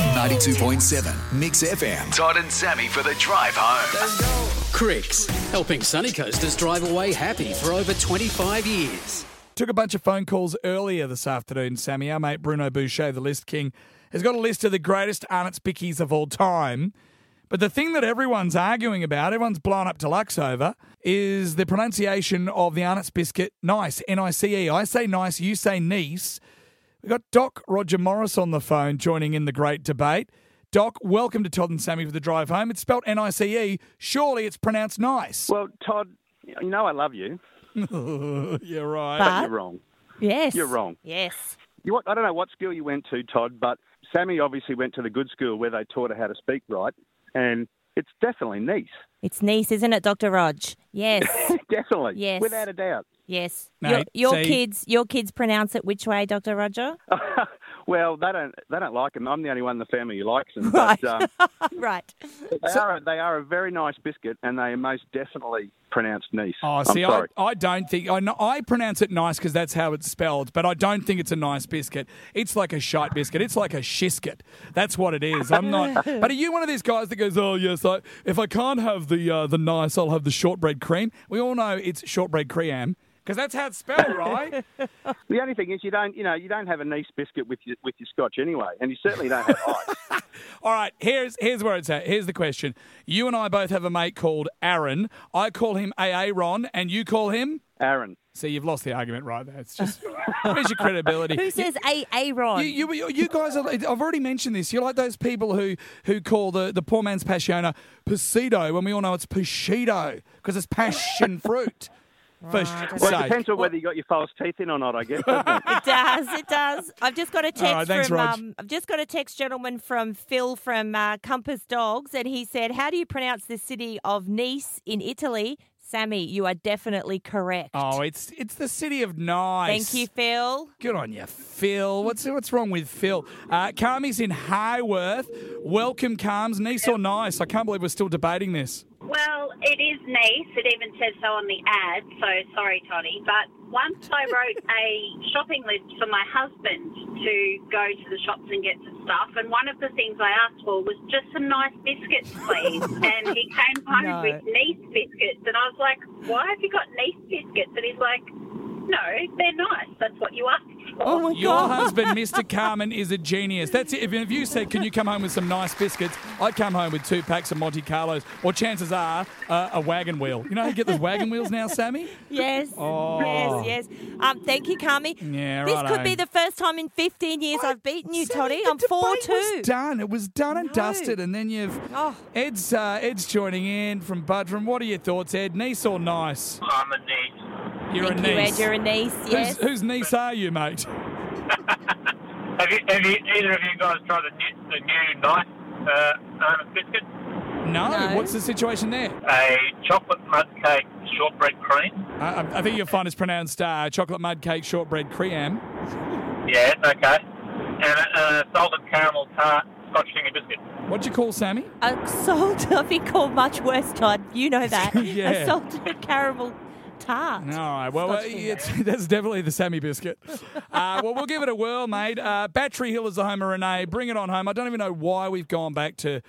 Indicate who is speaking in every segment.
Speaker 1: 92.7 Mix FM.
Speaker 2: Todd and Sammy for the drive home.
Speaker 3: Cricks, helping sunny coasters drive away happy for over 25 years.
Speaker 4: Took a bunch of phone calls earlier this afternoon, Sammy. Our mate Bruno Boucher, the list king, has got a list of the greatest Arnott's Pickies of all time. But the thing that everyone's arguing about, everyone's blown up deluxe over, is the pronunciation of the Arnott's biscuit nice, N I C E. I say nice, you say nice. We've got Doc Roger Morris on the phone joining in the great debate. Doc, welcome to Todd and Sammy for the drive home. It's spelt N I C E. Surely it's pronounced nice.
Speaker 5: Well, Todd, you know I love you.
Speaker 4: You're right.
Speaker 5: But you're wrong.
Speaker 6: Yes.
Speaker 5: You're wrong.
Speaker 6: Yes.
Speaker 5: You, I don't know what school you went to, Todd, but Sammy obviously went to the good school where they taught her how to speak right, and it's definitely nice.
Speaker 6: It's niece, isn't it, Dr. Rog? Yes.
Speaker 5: definitely.
Speaker 6: Yes.
Speaker 5: Without a doubt.
Speaker 6: yes.
Speaker 4: Mate,
Speaker 6: your your
Speaker 4: see-
Speaker 6: kids your kids pronounce it which way, Dr. Roger?
Speaker 5: Well, they don't they don't like them. I'm the only one in the family who likes them.
Speaker 6: Right.
Speaker 5: But um,
Speaker 6: right.
Speaker 5: they, are a, they are a very nice biscuit, and they are most definitely pronounced nice.
Speaker 4: Oh,
Speaker 5: I'm
Speaker 4: see, I,
Speaker 5: sorry.
Speaker 4: I don't think I, kn- I pronounce it nice because that's how it's spelled, but I don't think it's a nice biscuit. It's like a shite biscuit. It's like a shisket. That's what it is. I'm not. But are you one of these guys that goes, "Oh yes, I, if I can't have the uh, the nice, I'll have the shortbread cream." We all know it's shortbread cream because that's how it's spelled, right?
Speaker 5: The only thing is, you don't you know you don't have a nice biscuit with your, with your scotch anyway, and you certainly don't have ice.
Speaker 4: all right. Here's here's where it's at. Here's the question. You and I both have a mate called Aaron. I call him AA Ron, and you call him.
Speaker 5: Aaron,
Speaker 4: See, you've lost the argument right there. It's just where's your credibility?
Speaker 6: Who says A Aaron?
Speaker 4: You, you, you guys are. I've already mentioned this. You're like those people who who call the, the poor man's passiona pasito when we all know it's pasito because it's passion fruit. For
Speaker 6: Right.
Speaker 5: Well, it
Speaker 4: sake.
Speaker 5: depends on whether you got your false teeth in or not, I guess. doesn't it?
Speaker 6: It does. It does. I've just got a text
Speaker 4: right, thanks,
Speaker 6: from.
Speaker 4: Rog.
Speaker 6: Um, I've just got a text, gentleman, from Phil from uh, Compass Dogs, and he said, "How do you pronounce the city of Nice in Italy?" Sammy, you are definitely correct.
Speaker 4: Oh, it's it's the city of nice.
Speaker 6: Thank you, Phil.
Speaker 4: Good on you, Phil. What's what's wrong with Phil? Uh, Carmi's in Highworth. Welcome, Carms. Nice or nice? I can't believe we're still debating this.
Speaker 7: Well, it is nice. It even says so on the ad. So sorry, Toddy. But once I wrote a shopping list for my husband to go to the shops and get some stuff, and one of the things I asked for was just some nice biscuits, please. and he came home
Speaker 6: No.
Speaker 7: with Nice biscuits, and I was like, "Why have you got Nice biscuits?" And he's like, "No, they're nice. That's what you asked for."
Speaker 6: Oh my
Speaker 4: Your
Speaker 6: God.
Speaker 4: husband, Mr. Carmen, is a genius. That's it. If, if you said, "Can you come home with some nice biscuits?" I'd come home with two packs of Monte Carlos, or chances are, uh, a wagon wheel. You know how you get those wagon wheels now, Sammy?
Speaker 6: Yes.
Speaker 4: Oh.
Speaker 6: Yes. Yes. Um, thank you, Kami.
Speaker 4: Yeah,
Speaker 6: This
Speaker 4: righto.
Speaker 6: could be the first time in 15 years I've beaten you,
Speaker 4: Sammy,
Speaker 6: Toddy.
Speaker 4: the
Speaker 6: I'm four
Speaker 4: debate
Speaker 6: two.
Speaker 4: Was done. It was done and
Speaker 6: No.
Speaker 4: dusted, and then you've
Speaker 6: Oh.
Speaker 4: Ed's uh, Ed's joining in from Budrum. What are your thoughts, Ed? Nice or nice?
Speaker 8: I'm a niece.
Speaker 4: You're
Speaker 6: Thank
Speaker 4: a
Speaker 6: you,
Speaker 4: niece.
Speaker 6: Ed. You're a niece. Yes.
Speaker 4: Whose, whose niece are you, mate?
Speaker 8: Have you, have you, either of you guys tried the new, the new nice uh, Arnold biscuit?
Speaker 4: No.
Speaker 6: No.
Speaker 4: What's the situation there?
Speaker 8: A chocolate mud cake shortbread cream?
Speaker 4: Uh, I, I think you'll find it's pronounced uh, chocolate mud cake shortbread cream.
Speaker 8: Yeah, okay. And a, a salted caramel tart scotch finger biscuit.
Speaker 4: What'd you call Sammy?
Speaker 6: A salt, I think, called much worse, Todd. You know that.
Speaker 4: Yeah.
Speaker 6: A salted caramel
Speaker 4: All
Speaker 6: tart.
Speaker 4: right. Well,
Speaker 6: Scotch
Speaker 4: uh,
Speaker 6: finger.
Speaker 4: it's, that's definitely the Sammy biscuit. Uh, well, we'll give it a whirl, mate. Uh, Battery Hill is the home of Renee. Bring it on home. I don't even know why we've gone back to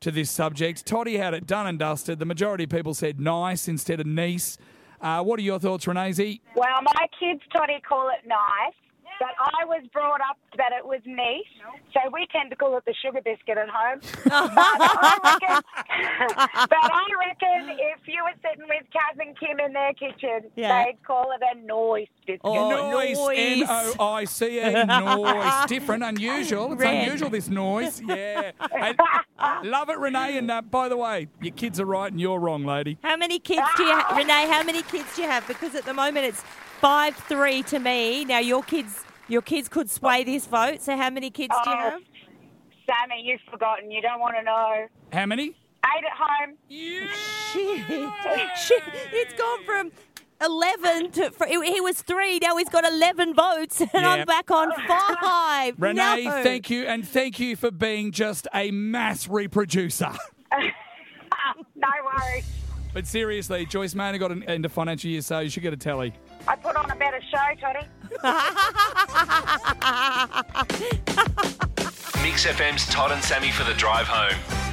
Speaker 4: to this subject. Toddy had it done and dusted. The majority of people said nice instead of niece. Uh, what are your thoughts, Renee?
Speaker 9: Well, my kids, Toddy, call it nice, but I was brought up that it was nice, so we tend to call it the sugar biscuit at home. but, I reckon, but I reckon if you were sitting with Kaz and Kim in their kitchen,
Speaker 6: Yeah.
Speaker 9: they'd call it a nice biscuit.
Speaker 6: Oh,
Speaker 4: noise.
Speaker 6: noise.
Speaker 4: N O I C E. Noise. Different, unusual. It's
Speaker 6: Red.
Speaker 4: unusual, this noise. Yeah. I love it, Renee. And uh, by the way, your kids are right and you're wrong, lady.
Speaker 6: How many kids do you have, Renee? How many kids do you have? Because at the moment it's five three to me. Now your kids, your kids could sway this vote. So how many kids do you
Speaker 9: Oh,
Speaker 6: have?
Speaker 9: Sammy, you've forgotten. You don't want to know.
Speaker 4: How many?
Speaker 9: Eight at home.
Speaker 6: Shit, it's gone from eleven to. fr he he was three. Now he's got eleven votes, and
Speaker 4: Yeah.
Speaker 6: I'm back on five.
Speaker 4: Renee,
Speaker 6: No.
Speaker 4: thank you, and thank you for being just a mass reproducer.
Speaker 9: No worries.
Speaker 4: But seriously, Joyce Manor got an, into financial year, so you should get a telly.
Speaker 9: I put on a better show, Toddy.
Speaker 2: Mix FM's Todd and Sammy for the drive home.